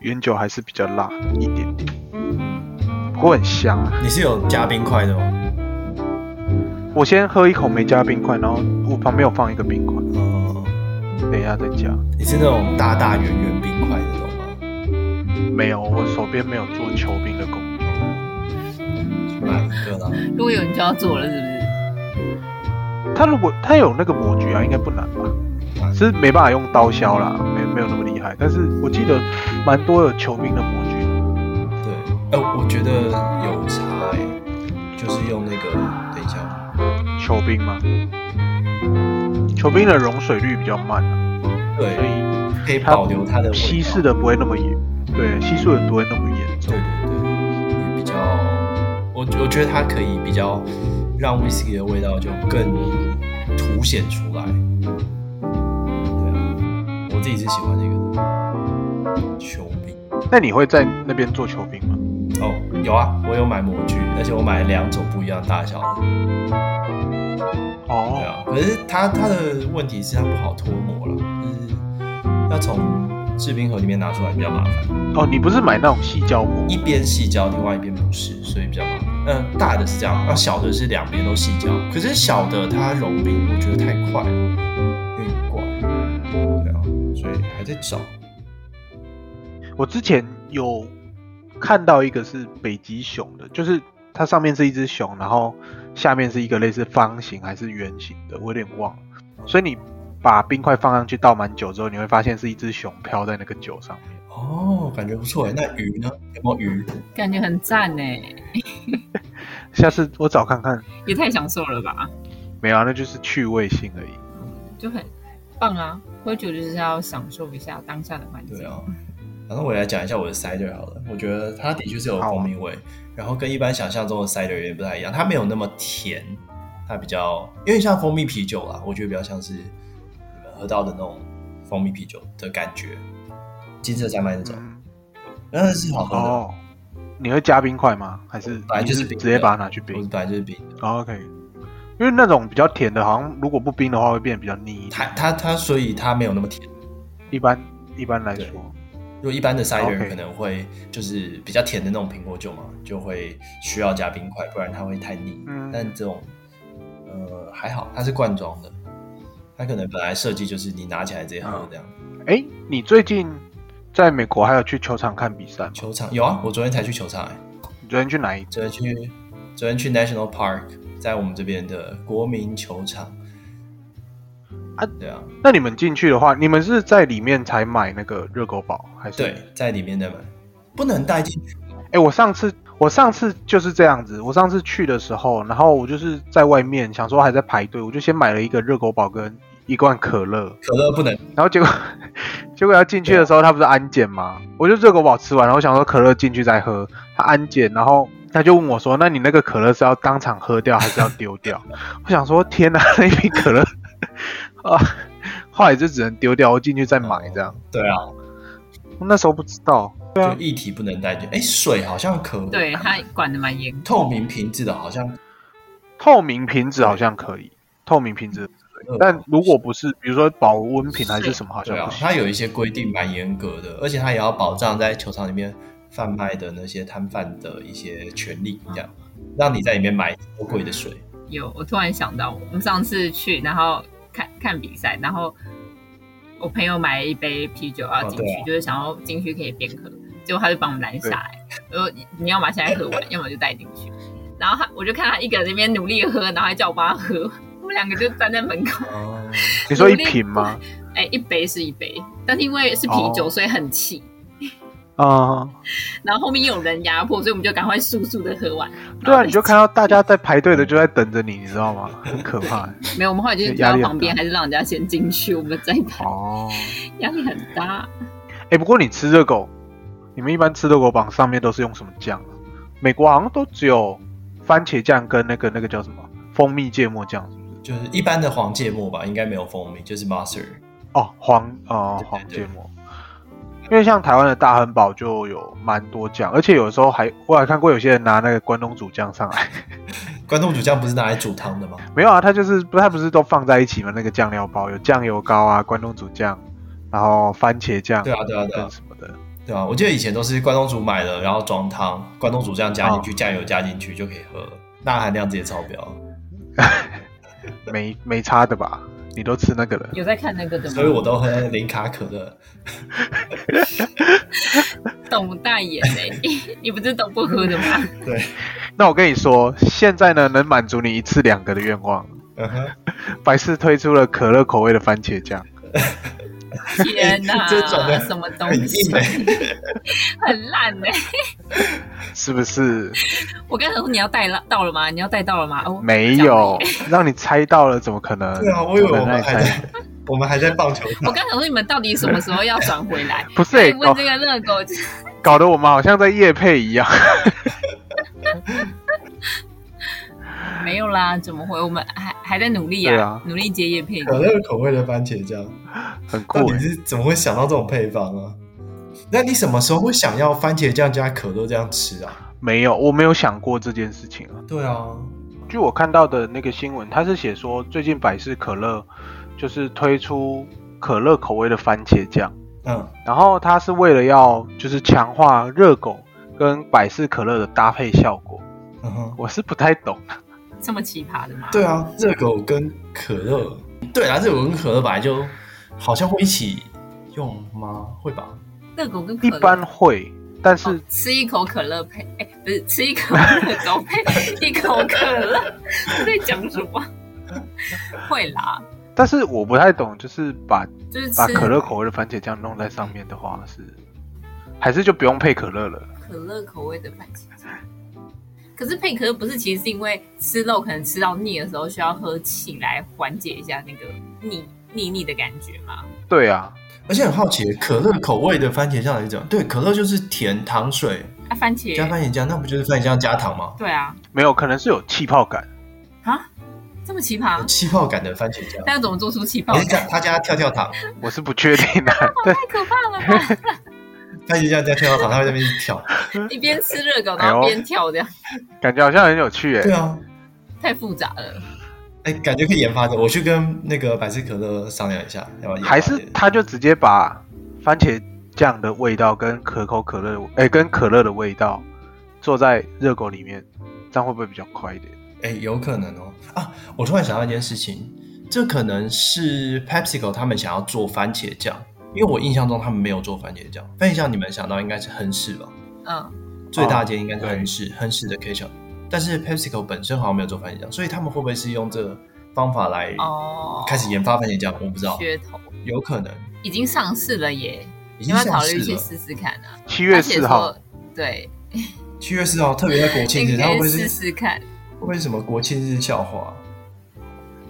Speaker 3: 原酒还是比较辣一点点，不过很香啊。
Speaker 1: 你是有加冰块的吗？
Speaker 3: 我先喝一口没加冰块，然后我旁边有放一个冰块，
Speaker 1: 哦、
Speaker 3: 嗯等一下再加。
Speaker 1: 你是那种大大圆圆冰块那种吗？
Speaker 3: 没有，我手边没有做球冰的工具。
Speaker 1: 去买一个啦。
Speaker 2: 如果有你就要做了，是不是？
Speaker 3: 它如果它有那个模具啊，应该不难吧？只是没办法用刀削啦，没没有那么厉害。但是我记得蛮多有球冰的模具，
Speaker 1: 对，呃，我觉得有差哎、就是用那个，等一下，
Speaker 3: 球冰吗？球冰的溶水率比较慢、啊，所
Speaker 1: 对，
Speaker 3: 以
Speaker 1: 可以保留它的味道
Speaker 3: 稀释，的不会那么严，对，稀释的不会那么严重
Speaker 1: 对。对对，也比较，我我觉得它可以比较让 whisky 的味道就更凸显出来。对啊，我自己是喜欢那个的，球饼。
Speaker 3: 那你会在那边做球冰吗？
Speaker 1: 哦，有啊，我有买模具，而且我买了两种不一样大小的。对
Speaker 3: 哦，
Speaker 1: 啊，可是它它的问题是它不好脱模了，就是要从制冰盒里面拿出来比较麻烦，
Speaker 3: 哦，你不是买那种细胶膜？
Speaker 1: 一边细胶，另外一边不是，所以比较麻烦。嗯、大的是这样，那小的是两边都细胶，可是小的它融冰我觉得太快了，有点怪，对啊，所以还在找。
Speaker 3: 我之前有看到一个是北极熊的，就是它上面是一只熊，然后下面是一个类似方形还是圆形的，我有点忘了。所以你把冰块放上去倒满酒之后，你会发现是一只熊飘在那个酒上面。
Speaker 1: 哦，感觉不错哎，那鱼呢？有没有鱼？
Speaker 2: 感觉很赞呢，
Speaker 3: 下次我找看看，
Speaker 2: 也太享受了吧，
Speaker 3: 没有、啊，那就是趣味性而已。
Speaker 2: 就很棒啊！喝酒就是要享受一下当下的环境。
Speaker 1: 对啊，反正我来讲一下我的 cider 好了。我觉得它的确是有
Speaker 3: 好啊
Speaker 1: 蜂蜜味，然后跟一般想象中的 cider 有点不太一样，它没有那么甜，它比较因为像蜂蜜啤酒啦，我觉得比较像是你们喝到的那种蜂蜜啤酒的感觉，金色山脉那种，
Speaker 3: 嗯，
Speaker 1: 那是好喝的，
Speaker 3: 哦，你会加冰块吗？还是
Speaker 1: 本来就是
Speaker 3: 你
Speaker 1: 冰的
Speaker 3: 直接把它拿去
Speaker 1: 我
Speaker 3: 冰、
Speaker 1: 本来就是冰的。
Speaker 3: 哦、？OK，因为那种比较甜的，好像如果不冰的话会变得比较腻一点。
Speaker 1: 它它它，所以它没有那么甜。
Speaker 3: 一般一般来
Speaker 1: 对
Speaker 3: 说。
Speaker 1: 如果一般的 cider
Speaker 3: OK
Speaker 1: 可能会就是比较甜的那种苹果酒嘛，就会需要加冰块，不然它会太腻。
Speaker 3: 嗯
Speaker 1: 但这种呃还好，它是罐装的，它可能本来设计就是你拿起来直接喝这样。
Speaker 3: 哎，你最近在美国还有去球场看比赛吗？
Speaker 1: 球场有啊，我昨天才去球场、欸，
Speaker 3: 你昨天去哪一？
Speaker 1: 昨天去昨天去 National Park，在我们这边的国民球场。
Speaker 3: 啊
Speaker 1: 对啊，
Speaker 3: 那你们进去的话，你们是在里面才买那个热狗堡还是？
Speaker 1: 对，，在里面的买，不能带进去。
Speaker 3: 哎，我上次我上次就是这样子，我上次去的时候，然后我就是在外面想说还在排队，我就先买了一个热狗堡跟一罐可乐，
Speaker 1: 可乐不能，
Speaker 3: 然后结果 [laughs] 结果要进去的时候，他不是安检吗？我就热狗堡吃完，然后想说可乐进去再喝，他安检，然后。他就问我说：“那你那个可乐是要当场喝掉还是要丢掉？” [laughs] 我想说：“天哪， [laughs] 那一瓶可乐啊！”后来就只能丢掉，我进去再买这样。
Speaker 1: 对啊，
Speaker 3: 我那时候不知道，对啊
Speaker 1: 就，液体不能带进。哎，水好像可以，
Speaker 2: 对他管的蛮严格，
Speaker 1: 透明瓶子的好像
Speaker 3: 透明瓶子好像可以，透明瓶子，但如果不是，比如说保温瓶还是什么，好像
Speaker 1: 对啊
Speaker 3: 不，行。
Speaker 1: 它有一些规定蛮严格的，而且它也要保障在球场里面贩卖的那些摊贩的一些权利，这样让你在里面买多贵的水。
Speaker 2: 有，我突然想到，我们上次去，然后看看比赛，然后我朋友买了一杯啤酒要
Speaker 1: 哦
Speaker 2: 进
Speaker 1: 对
Speaker 2: 去，就是想要进去可以边喝，结果他就把我们拦下来，说你要么现在喝完，要么就带进去。然后他我就看他一个人在那边努力地喝，然后还叫我帮他喝，我们两个就站在门口，
Speaker 1: 哦，
Speaker 3: 你说一瓶吗？
Speaker 2: 哎、一杯是一杯，但是因为是啤酒，
Speaker 3: 哦
Speaker 2: 所以很气。
Speaker 3: 啊、
Speaker 2: 然后后面又有人压迫，所以我们就赶快速速的喝完。
Speaker 3: 对
Speaker 2: 然后
Speaker 3: 啊，你就看到大家在排队的就在等着你，你知道吗？很可怕。
Speaker 2: 没有，我们后来就是
Speaker 3: 压
Speaker 2: 到
Speaker 3: 力很大
Speaker 2: 旁边，还是让人家先进去，我们再跑，
Speaker 3: 哦，
Speaker 2: [laughs] 压力很大。
Speaker 3: 哎、不过你吃热狗，你们一般吃热狗棒上面都是用什么酱啊？美国好像都只有番茄酱跟那个那个叫什么蜂蜜芥末酱，是不是？
Speaker 1: 就是一般的黄芥末吧，应该没有蜂蜜，就是 mustard。
Speaker 3: 哦，黄哦
Speaker 1: 对
Speaker 3: 黄
Speaker 1: 对
Speaker 3: 芥末。因为像台湾的大汉堡就有蛮多酱，而且有时候还我还看过有些人拿那个关东煮酱上来，
Speaker 1: 关东煮酱不是拿来煮汤的吗？
Speaker 3: 没有啊，它就是不它不是都放在一起吗？那个酱料包有酱油膏啊，关东煮酱，然后番茄酱，
Speaker 1: 对啊对啊对啊
Speaker 3: 跟什么的。
Speaker 1: 对啊，我记得以前都是关东煮买了，然后装汤，关东煮酱加进去，酱油加进去就可以喝了，钠含量直接超标。
Speaker 3: 没没差的吧？你都吃那个了，
Speaker 1: [laughs]
Speaker 2: 有在看那个的吗？
Speaker 1: 所以我都喝零卡可乐。
Speaker 2: 懂代言哎、你不是懂不喝的
Speaker 3: [laughs]
Speaker 2: 吗？
Speaker 1: 对，
Speaker 3: 那我跟你说，现在呢能满足你一次两个的愿望。
Speaker 1: 嗯 [laughs] 哼，
Speaker 3: 百事推出了可乐口味的番茄酱，哎
Speaker 2: 天哪、
Speaker 1: 这种的
Speaker 2: 什么东
Speaker 1: 很
Speaker 2: 西
Speaker 1: 硬，欸
Speaker 2: 很烂哎、
Speaker 3: 是
Speaker 1: [laughs]
Speaker 3: 不是？
Speaker 2: 我刚才说你要带了到了吗？你要带到了吗？哦，
Speaker 3: 没
Speaker 2: 讲了
Speaker 3: 有，让你猜到了，怎么可能？
Speaker 1: 对啊， [laughs] 我以为 [laughs] 我
Speaker 3: 怎么让
Speaker 1: 们
Speaker 3: 你
Speaker 1: 还
Speaker 3: 猜到
Speaker 1: 在，我们还在棒球
Speaker 2: 我
Speaker 1: 场。
Speaker 2: 刚才说你们到底什么时候要转回
Speaker 3: [laughs]
Speaker 2: 来？
Speaker 1: [laughs]
Speaker 3: 不是、欸、
Speaker 2: 问
Speaker 3: 搞
Speaker 2: 这个热狗，就是
Speaker 3: 搞得我们好像在夜配一样。
Speaker 2: 没有啦，怎么会？我们还还在努力
Speaker 3: 对
Speaker 2: 啊，
Speaker 3: 啊
Speaker 2: 努力接叶配。
Speaker 1: 可乐口味的番茄酱，
Speaker 3: 很
Speaker 1: 到
Speaker 3: 酷、
Speaker 1: 底
Speaker 3: 欸。
Speaker 1: 是怎么会想到这种配方啊？那你什么时候会想要番茄酱加可乐这样吃啊？
Speaker 3: 没有，我没有想过这件事情啊。
Speaker 1: 对啊，
Speaker 3: 据我看到的那个新闻，它是写说最近百事可乐就是推出可乐口味的番茄酱，
Speaker 1: 嗯，
Speaker 3: 然后它是为了要就是强化热狗跟百事可乐的搭配效果。
Speaker 1: 嗯哼，
Speaker 3: 我是不太懂，
Speaker 2: 这么奇葩的吗？
Speaker 1: 对啊，热狗跟可乐，对啊，热狗跟可乐本来就好像会一起用吗？会吧？
Speaker 2: 热狗跟可
Speaker 3: 一
Speaker 2: 乐
Speaker 3: 般会，但是
Speaker 2: 哦吃一口可乐配，哎、不是吃一口热狗配一口可乐， [laughs] 我在讲什么？ [laughs] 会啦，
Speaker 3: 但是我不太懂，就是把
Speaker 2: 就是吃
Speaker 3: 把可乐口味的番茄酱弄在上面的话是，还是就不用配可乐了？
Speaker 2: 可乐口味的番茄酱。可是配可乐不是，其实是因为吃肉可能吃到腻的时候需要喝气来缓解一下那个腻腻腻的感觉嘛。
Speaker 3: 对啊，
Speaker 1: 而且很好奇，可乐口味的番茄酱是怎样？对，可乐就是甜糖水
Speaker 2: 啊，番
Speaker 1: 加
Speaker 2: 茄，
Speaker 1: 番茄酱，那不就是番茄酱加糖吗？
Speaker 2: 对啊，
Speaker 3: 没有，可能是有气泡感。
Speaker 2: 啊，这么奇葩
Speaker 1: 有，气泡感的番茄酱，
Speaker 2: 大家怎么做出气泡
Speaker 1: 还是
Speaker 2: 感？
Speaker 1: 加他加跳跳糖？
Speaker 3: 我是不确定的、 [laughs] 但
Speaker 2: 太可怕了
Speaker 3: [laughs]
Speaker 2: 吧！
Speaker 1: 番茄酱加跳跳糖，它会在那边一直跳。
Speaker 2: 一边吃热狗，然后
Speaker 3: 哎呦
Speaker 2: 边跳，这样
Speaker 3: 感觉好像很有趣耶、
Speaker 1: 对啊，
Speaker 2: 太复杂了。
Speaker 1: 哎、感觉可以研发的。我去跟那个百事可乐商量一下，要不要研发
Speaker 3: 还
Speaker 1: 这
Speaker 3: 是
Speaker 1: 个
Speaker 3: 他就直接把番茄酱的味道跟可口可乐的味，哎、跟可乐的味道做在热狗里面，这样会不会比较快一点？
Speaker 1: 哎、有可能哦啊！我突然想到一件事情，这可能是 PepsiCo 他们想要做番茄酱，因为我印象中他们没有做番茄酱。番茄酱你们想到应该是亨氏吧？
Speaker 2: 嗯，
Speaker 1: 最大间应该是
Speaker 2: 哦
Speaker 1: 亨氏，亨氏的 ketchup。但是 PepsiCo 本身好像没有做番茄酱，所以他们会不会是用这个方法来
Speaker 2: 哦，
Speaker 1: 开始研哦发番茄酱？我不知道，
Speaker 2: 噱头
Speaker 1: 有可能
Speaker 2: 已经上市了耶，
Speaker 1: 已
Speaker 2: 你
Speaker 1: 经
Speaker 2: 要不要
Speaker 1: 上
Speaker 2: 考
Speaker 1: 市
Speaker 2: 虑去
Speaker 1: 了。
Speaker 2: 试试看啊？
Speaker 3: 七月
Speaker 2: 而且
Speaker 3: 四号
Speaker 2: 说，对，
Speaker 1: 七月四号，特别在国庆
Speaker 2: 你
Speaker 1: 日，它
Speaker 2: 可
Speaker 1: 会
Speaker 2: 以
Speaker 1: 不会是
Speaker 2: 试试看。
Speaker 1: 会不会是什么国庆日笑话？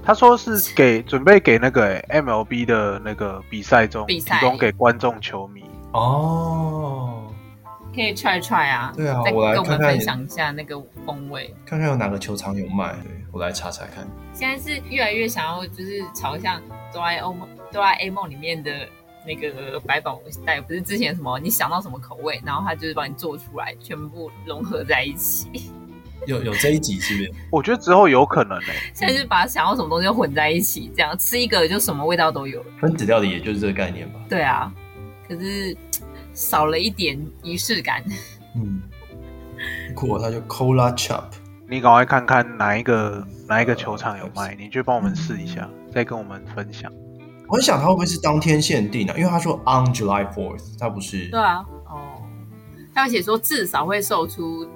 Speaker 3: 他说 [laughs] 是给准备给那个、哎 MLB 的那个比赛中
Speaker 2: 比
Speaker 3: 提
Speaker 2: 赛
Speaker 3: 供给观众球迷。
Speaker 1: 哦，
Speaker 2: 哎、可以 try try 啊，
Speaker 1: 对啊
Speaker 2: 再
Speaker 1: 我来
Speaker 2: 跟我
Speaker 1: 看
Speaker 2: 们
Speaker 1: 看
Speaker 2: 分
Speaker 1: 你
Speaker 2: 享一下那个风味。
Speaker 1: 看看有哪个球场有卖，对我来查查看。
Speaker 2: 现在是越来越想要就是朝向哆啦 A 梦哆啦 A 梦里面的那个百宝袋，不是之前什么你想到什么口味，然后他就是帮你做出来，全部融合在一起。
Speaker 1: 有有这一集是不是？
Speaker 3: 我觉得之后有可能呢、
Speaker 2: 现在是把想要什么东西混在一起，这样吃一个就什么味道都有了。
Speaker 1: 分子料理也就是这个概念吧。
Speaker 2: 对啊，可是少了一点仪式感。
Speaker 1: 嗯，酷哦，它就 Cola Chop。
Speaker 3: 你赶快看看哪一个哪一个球场有卖，你去帮我们试一下，再跟我们分享。
Speaker 1: 我在想它会不会是当天限定啊？因为他说 on July Fourth，它不是
Speaker 2: 对啊，哦，他有写说至少会售出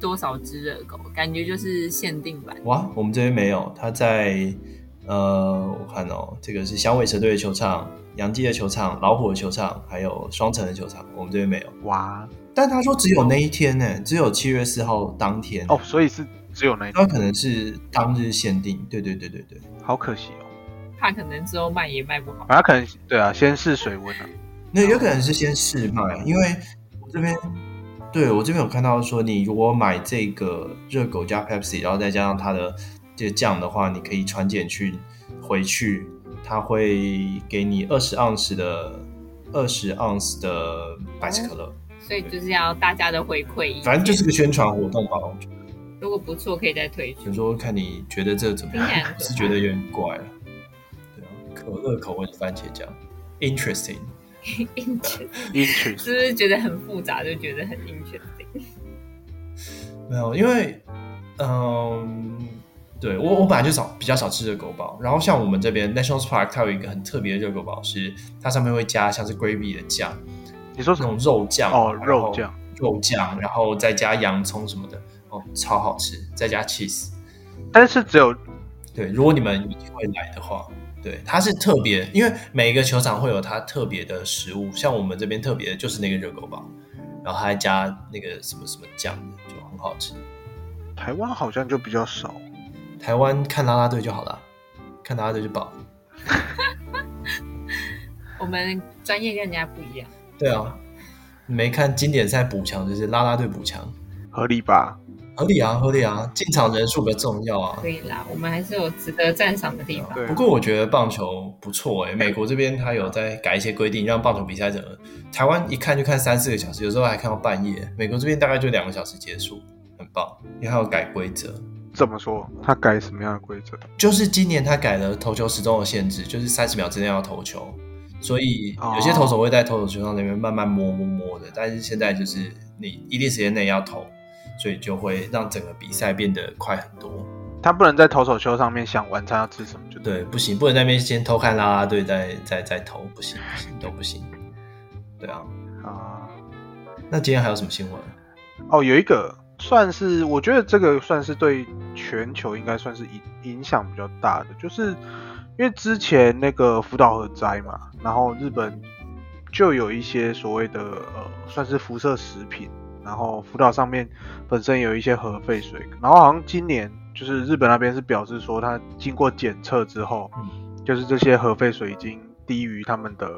Speaker 2: 多少只热狗，感觉就是限定版。
Speaker 1: 哇，我们这边没有，它在呃，我看哦，这个是响尾蛇队的球场、杨基的球场、老虎的球场，还有双城的球场，我们这边没有。
Speaker 3: 哇
Speaker 1: 但他说只有那一天呢，只有七月四号当天
Speaker 3: 哦，，所以是只有那一
Speaker 1: 那可能是当日限定。对对对对对，
Speaker 3: 好可惜哦。
Speaker 2: 怕可能之后卖也卖不好。
Speaker 3: 反正可能对啊，先试水温啊。
Speaker 1: 那有可能是先试卖，啊因为我这边对我这边有看到说，你如果买这个热狗加 Pepsi，然后再加上它的这个酱的话，你可以传简去回去，它会给你二十盎司的二十盎司的百事可乐，
Speaker 2: 所以就是要大家的回馈意见，
Speaker 1: 反正就是个宣传活动吧。我觉得
Speaker 2: 如果不错可以再推出
Speaker 1: 想。说看你觉得这怎么
Speaker 2: 听起来
Speaker 1: 样
Speaker 2: 很，
Speaker 1: 我
Speaker 2: 可怕
Speaker 1: 是觉得有点怪了。对啊，可乐口味的番茄酱，interesting。
Speaker 2: 是
Speaker 3: Interest
Speaker 2: 不是觉得很复杂，就觉得很 interesting？
Speaker 1: 没有，因为嗯，对我我本来就少比较少吃热狗堡，然后像我们这边 National Park 它有一个很特别的热狗堡是，它上面会加像是 gravy 的酱，
Speaker 3: 你说
Speaker 1: 那
Speaker 3: 什么
Speaker 1: 种？肉酱
Speaker 3: 哦
Speaker 1: 然后
Speaker 3: 肉酱
Speaker 1: 肉酱，然后再加洋葱什么的，哦，超好吃，再加 cheese。
Speaker 3: 但是只有
Speaker 1: 对，如果你们有机会来的话，对，它是特别，因为每一个球场会有它特别的食物，像我们这边特别的就是那个热狗堡，然后它还加那个什么什么酱的，就很好吃。
Speaker 3: 台湾好像就比较少，
Speaker 1: 台湾看啦啦队就好了，看啦啦队就饱。
Speaker 2: 我们专业跟人家不一样，
Speaker 1: 对啊，你没看经典赛补强就是啦啦队补强，
Speaker 3: 合理吧？
Speaker 1: 合理啊，合理啊，进场人数比较重要啊
Speaker 2: 可。以啦，我们还是有值得赞赏的地方。
Speaker 3: 对啊
Speaker 1: 不过我觉得棒球不错诶、美国这边他有在改一些规定，让棒球比赛整个台湾一看就看三四个小时，有时候还看到半夜。美国这边大概就两个小时结束，很棒，因为他有改规则。
Speaker 3: 怎么说？他改什么样的规则？
Speaker 1: 就是今年他改了投球时钟的限制，就是三十秒之内要投球，所以
Speaker 3: 哦
Speaker 1: 有些投手会在投手球上那边慢慢摸摸摸的，但是现在就是你一定时间内要投，所以就会让整个比赛变得快很多。
Speaker 3: 他不能在投手球上面想晚餐要吃什么就对。
Speaker 1: 对，不行，不能在那边先偷看啦啦队再再再投，不行不行都不行。对啊，
Speaker 3: 啊、
Speaker 1: 那今天还有什么新闻？
Speaker 3: 哦，有一个算是，我觉得这个算是对全球应该算是影影响比较大的，就是因为之前那个福岛核灾嘛，然后日本就有一些所谓的呃，算是辐射食品，然后福岛上面本身有一些核废水，然后好像今年就是日本那边是表示说，它经过检测之后，
Speaker 1: 嗯
Speaker 3: 就是这些核废水已经低于他们的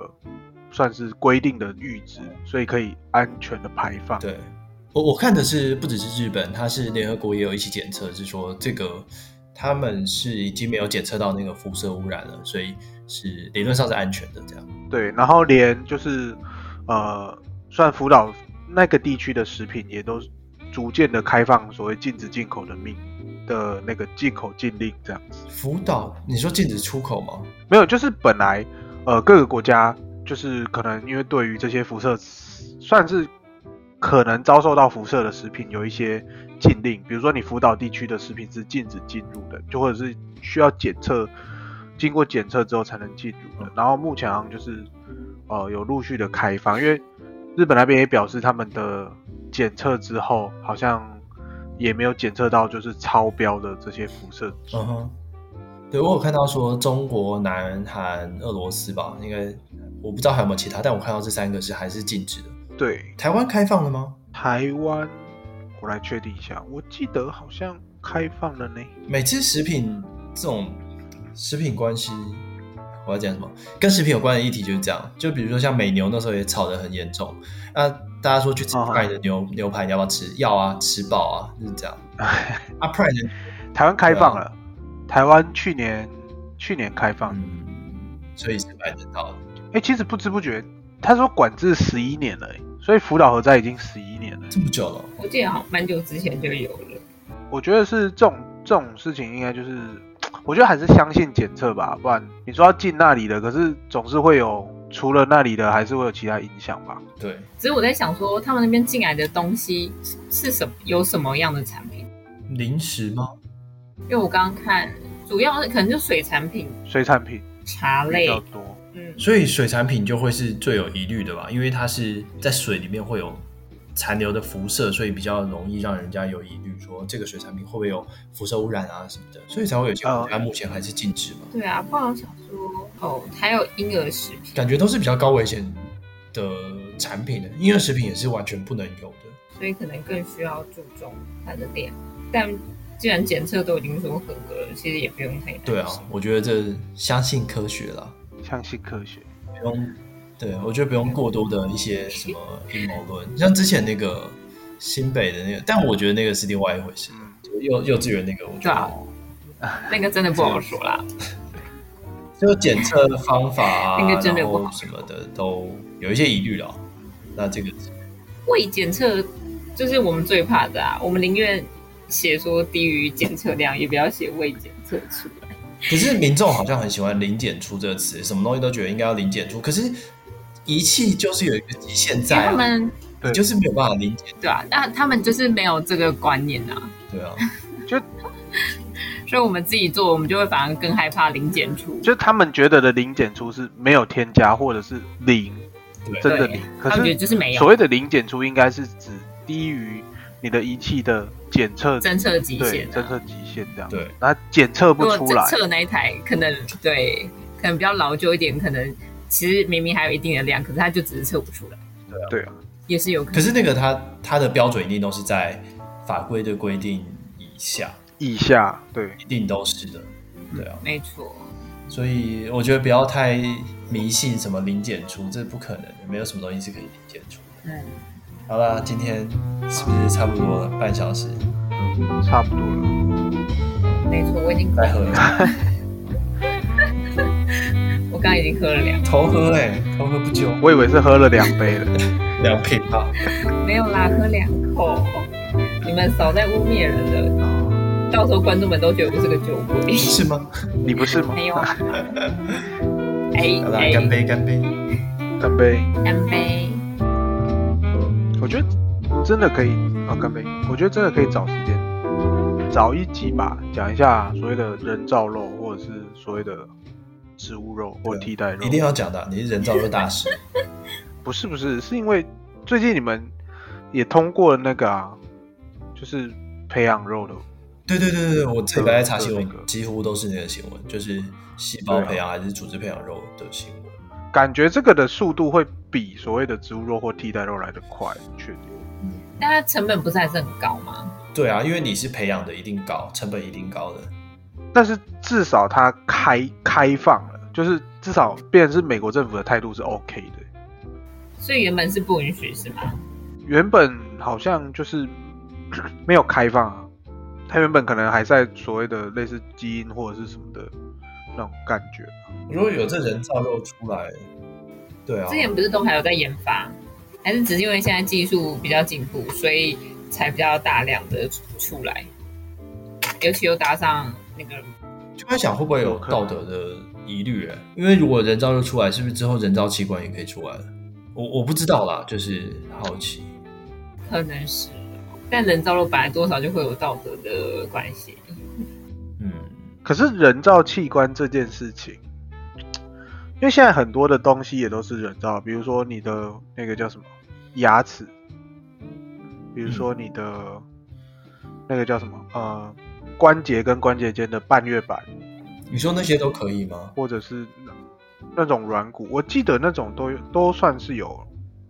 Speaker 3: 算是规定的阈值，所以可以安全的排放。
Speaker 1: 对我我看的是不只是日本，它是联合国也有一起检测，是说这个他们是已经没有检测到那个辐射污染了，所以是理论上是安全的这样。
Speaker 3: 对，然后连就是呃，算福岛那个地区的食品也都逐渐的开放所谓禁止进口的命的那个进口禁令这样子。
Speaker 1: 福岛，你说禁止出口吗？
Speaker 3: 没有，就是本来呃各个国家就是可能因为对于这些辐射算是可能遭受到辐射的食品有一些禁令，比如说你福岛地区的食品是禁止进入的，就或者是需要检测，经过检测之后才能进入的。然后目前好像就是呃有陆续的开放，因为日本那边也表示他们的检测之后好像。也没有检测到就是超标的这些辐射值，
Speaker 1: 嗯哼，对我有看到说中国、南韩、俄罗斯吧，应该我不知道还有没有其他，但我看到这三个是还是禁止的。
Speaker 3: 对，
Speaker 1: 台湾开放了吗？
Speaker 3: 台湾，我来确定一下，我记得好像开放了呢。
Speaker 1: 每次食品这种食品关系我要讲什么？跟食品有关的议题就是这样，就比如说像美牛那时候也吵得很严重，那、大家说去吃
Speaker 3: 哦
Speaker 1: Pride 的牛、牛排，你要不要吃？要啊，吃饱啊，就是这样。啊，Pride 的
Speaker 3: 台湾开放了，台湾去年去年开放，哎、
Speaker 1: 嗯，所以是买得到的。
Speaker 3: 其实不知不觉，他说管制十一年了、哎所以福岛核灾已经十一年了。
Speaker 1: 这么久了，
Speaker 2: 我记得好像蛮久之前就有了。
Speaker 3: 我觉得是这种这种事情，应该就是，我觉得还是相信检测吧，不然你说要进那里的，可是总是会有除了那里的，还是会有其他影响吧。
Speaker 1: 对，
Speaker 2: 只是我在想说，他们那边进来的东西是是什么，有什么样的产品？
Speaker 1: 零食吗？
Speaker 2: 因为我刚刚看，主要可能就水产品、
Speaker 3: 水产品
Speaker 2: 茶
Speaker 3: 比
Speaker 2: 类
Speaker 3: 较，多，
Speaker 2: 嗯，
Speaker 1: 所以水产品就会是最有疑虑的吧，因为它是在水里面会有残留的辐射，所以比较容易让人家有疑虑，说这个水产品会不会有辐射污染啊什么的，所以才会有些国家目前还是禁止嘛，
Speaker 2: 对啊，不然我想说，哦，还有婴儿食品，
Speaker 1: 感觉都是比较高危险的产品的，婴儿食品也是完全不能有的。
Speaker 2: 所以可能更需要注重它的量。但既然检测都已经说合格了，其实也不用太担心。
Speaker 1: 对啊，我觉得这相信科学啦，
Speaker 3: 相信科学。
Speaker 1: 不用，对啊我觉得不用过多的一些什么阴谋论，像之前那个新北的那个，但我觉得那个是另外一回事，
Speaker 3: 嗯，
Speaker 1: 就幼幼稚园那个，我觉
Speaker 2: 对
Speaker 1: 得
Speaker 2: 啊。那个真的不好说啦，
Speaker 1: 就检测方法啊
Speaker 2: 那个真的
Speaker 1: 然
Speaker 2: 不好
Speaker 1: 后什么的都有一些疑虑了。那这个
Speaker 2: 未检测就是我们最怕的啊，我们宁愿写说低于检测量，也不要写未检测出来。
Speaker 1: 可是民众好像很喜欢“零检出”这个词，什么东西都觉得应该要零检出。可是仪器就是有一个极限
Speaker 2: 因为
Speaker 1: 在、
Speaker 2: 他
Speaker 1: 啊，
Speaker 2: 们
Speaker 1: 你就是没有办法零检。
Speaker 2: 对啊，那他们就是没有这个观念啊，
Speaker 1: 对啊，
Speaker 2: 所以我们自己做，我们就会反而更害怕零检出。
Speaker 3: 就是他们觉得的零检出是没有添加或者是零
Speaker 1: 对，
Speaker 3: 真的
Speaker 2: 对
Speaker 3: 零，可
Speaker 2: 他们觉得
Speaker 3: 是
Speaker 2: 就是没
Speaker 3: 所
Speaker 2: 有
Speaker 3: 谓的零检出应该是指低于你的仪器的检测
Speaker 2: 侦测极
Speaker 3: 对
Speaker 2: 限、啊。
Speaker 3: 侦测极限这样，
Speaker 1: 对，
Speaker 3: 那检测
Speaker 2: 如
Speaker 3: 不
Speaker 2: 果
Speaker 3: 出来
Speaker 2: 侦，测那一台可能对，可能比较老旧一点，可能其实明明还有一定的量，可是它就只是测不出来，
Speaker 3: 对啊，
Speaker 2: 也是有可
Speaker 1: 可
Speaker 2: 能。
Speaker 1: 是那个它它的标准一定都是在法规的规定以下，
Speaker 3: 以下对
Speaker 1: 一定都是的。对啊，
Speaker 2: 没错，
Speaker 1: 所以我觉得不要太迷信什么零检出，这不可能的，没有什么东西是可以零检出的。
Speaker 2: 嗯，
Speaker 1: 好啦，今天是不是差不多了？半小时。
Speaker 3: 差不多了。
Speaker 2: 没错，我已经
Speaker 1: 再喝了，
Speaker 2: 我刚刚已经喝了两，
Speaker 1: 头喝哎、头喝不久，
Speaker 3: 我以为是喝了两杯了，
Speaker 1: 两瓶啊吧。
Speaker 2: 没有啦，喝两口。你们少在污蔑人了，到时候观众们都觉得我是个酒鬼。 [laughs]
Speaker 1: 是吗？
Speaker 3: 你不是吗？
Speaker 2: 没有啊。哎
Speaker 1: 好啦，
Speaker 2: 哎，
Speaker 1: 干杯，干杯！
Speaker 3: 干杯！
Speaker 2: 干杯！
Speaker 3: 我觉得真的可以啊，干杯！我觉得真的可以找时间，找一集吧，讲一下所谓的人造肉，或者是所谓的植物肉或替代肉。
Speaker 1: 一定要讲的，你是人造肉大师。
Speaker 3: 不是不是，是因为最近你们也通过了那个啊，就是培养肉的，
Speaker 1: 对对对对对，我这礼拜在查新
Speaker 3: 这个
Speaker 1: 闻，几乎都是那个新闻，就是细胞培养还是组织培养肉的新闻。
Speaker 3: 感觉这个的速度会比所谓的植物肉或替代肉来的快，确定。
Speaker 2: 但它成本不是还是很高吗？
Speaker 1: 对啊，因为你是培养的，一定高，成本一定高的。
Speaker 3: 但是至少它开开放了，就是至少变成是美国政府的态度是 OK 的。
Speaker 2: 所以原本是不允许是吗？
Speaker 3: 原本好像就是 [clears throat] 没有开放啊，它原本可能还在所谓的类似基因或者是什么的那种感觉。
Speaker 1: 如果有这人造肉出来，对啊
Speaker 2: 之，前不是都还有在研发，还是只是因为现在技术比较进步，所以才比较大量的出来，尤其又搭上那个
Speaker 1: 就在想会不会有道德的疑虑、欸？因为如果人造肉出来，是不是之后人造器官也可以出来了？我我不知道啦，就是好奇。
Speaker 2: 可能是，但人造肉本来多少就会有道德的关系，
Speaker 1: 嗯，
Speaker 3: 可是人造器官这件事情，因为现在很多的东西也都是人造，比如说你的那个叫什么牙齿，比如说你的、那个叫什么呃关节跟关节间的半月板，
Speaker 1: 你说那些都可以吗？
Speaker 3: 或者是那那种软骨，我记得那种都有都算是有。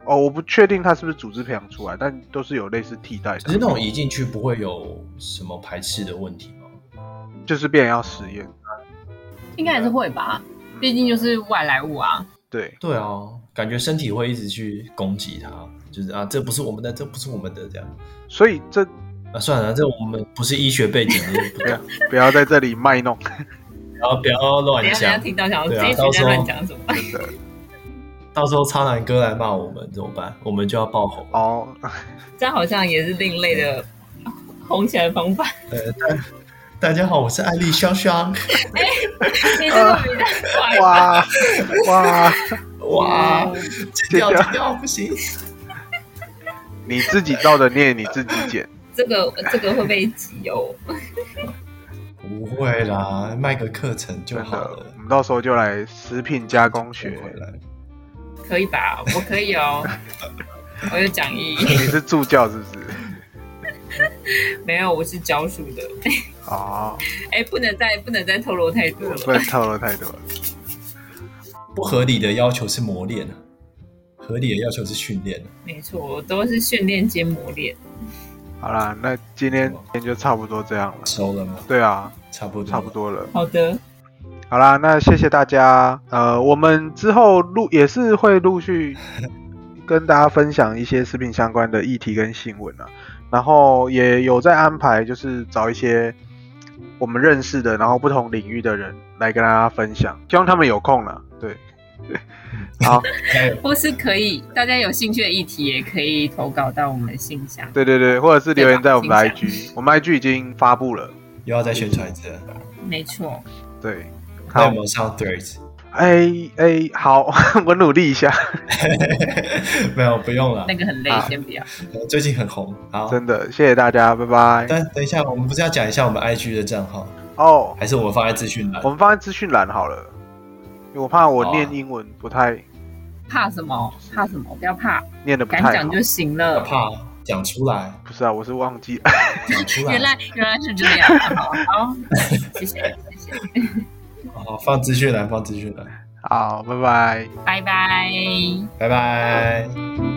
Speaker 3: 哦，我不确定它是不是组织培养出来，但都是有类似替代
Speaker 1: 只是那
Speaker 3: 的，
Speaker 1: 种移进去不会有什么排斥的问题吗？
Speaker 3: 就是变成要实验。
Speaker 2: 应该还是会吧。
Speaker 3: 嗯，
Speaker 2: 毕竟就是外来物啊。
Speaker 3: 对，
Speaker 1: 对啊，感觉身体会一直去攻击它，就是啊，这不是我们的，这不是我们的这样。
Speaker 3: 所以这
Speaker 1: 啊，算了，这我们不是医学背 [laughs] 景，我也不懂。
Speaker 3: 不要在这里卖弄，
Speaker 1: 然后不要乱
Speaker 2: 等一下
Speaker 1: 讲，
Speaker 2: 人家听到想说
Speaker 1: 对啊
Speaker 2: 这一群在乱讲什么？
Speaker 3: 真的。
Speaker 1: 到时候超男哥来骂我们怎么办？我们就要爆红。
Speaker 3: 哦，
Speaker 2: 这样好像也是另类的红起来的方法。 [laughs]
Speaker 1: 呃，大大家好，我是艾丽香香。
Speaker 2: 你这个比较
Speaker 1: [laughs]
Speaker 2: 快吧。
Speaker 3: 哇哇，
Speaker 1: 哇，剪掉
Speaker 3: 剪掉
Speaker 1: 剪掉，不行。
Speaker 3: 你自己照着念，你自己剪。
Speaker 2: 这个这个会被挤哦。
Speaker 1: 不会啦，卖个课程就
Speaker 3: 真
Speaker 1: 好
Speaker 3: 的，
Speaker 1: 了
Speaker 3: 我。们到时候就来食品加工
Speaker 1: 学回
Speaker 3: 学。
Speaker 1: 来，
Speaker 2: 可以吧？我可以哦，我有讲义，
Speaker 3: 你是助教是
Speaker 1: [laughs]
Speaker 3: 不是？
Speaker 2: 没有，我是教书的。
Speaker 3: 哦，
Speaker 2: 哎，不能再不能再透露太多
Speaker 3: 不
Speaker 2: 了。
Speaker 3: 能透露太多了。
Speaker 1: 不合理的要求是磨练啊，合理的要求是训练啊。
Speaker 2: 没错，我都是训练兼磨练。
Speaker 3: 好啦，那今天今天就差不多这样了。
Speaker 1: 熟了吗？
Speaker 3: 对啊，
Speaker 1: 差不多，
Speaker 3: 差不。多了。
Speaker 2: 好的，
Speaker 3: 好啦，那谢谢大家。呃，我们之后陆也是会陆续跟大家分享一些食品相关的议题跟新闻啊，然后也有在安排，就是找一些我们认识的，然后不同领域的人来跟大家分享，希望他们有空了。对，好，
Speaker 1: 加油！
Speaker 2: 或是可以，大家有兴趣的议题也可以投稿到我们的信箱。
Speaker 3: 对对对，或者是留言在我们的
Speaker 2: 对吧请
Speaker 3: IG，我们 IG 已经发布了。
Speaker 1: 又要再宣传一次了，
Speaker 2: 没错，
Speaker 3: 对，
Speaker 1: 那我
Speaker 3: 好，
Speaker 1: 们上 Threads。
Speaker 3: 哎哎，好， [laughs] 我努力一下，
Speaker 1: [laughs] 没有，不用了
Speaker 2: 那，个很累
Speaker 3: 好，
Speaker 2: 先不要。
Speaker 1: 最近很红。好，
Speaker 3: 真的，谢谢大家，拜拜。
Speaker 1: 但等一下，我们不是要讲一下我们 IG 的账号，
Speaker 3: 哦。
Speaker 1: 还是我们放在资讯栏
Speaker 3: 我？们放在资讯栏好了，因为我怕我念英文不太、
Speaker 2: 怕什么？怕什么？不要怕，
Speaker 3: 念的不
Speaker 2: 敢
Speaker 3: 太
Speaker 2: 讲
Speaker 3: 好。
Speaker 2: 就行
Speaker 1: 不
Speaker 2: 了。
Speaker 1: 怕讲出来，
Speaker 3: 不是啊，我是忘记。 [laughs]
Speaker 1: 讲出来。
Speaker 2: [laughs] 原来原来是这样，好，好谢谢谢谢，
Speaker 1: 好，放资讯栏，放资讯栏。
Speaker 3: 好，拜拜。
Speaker 2: 拜拜。
Speaker 1: 拜拜。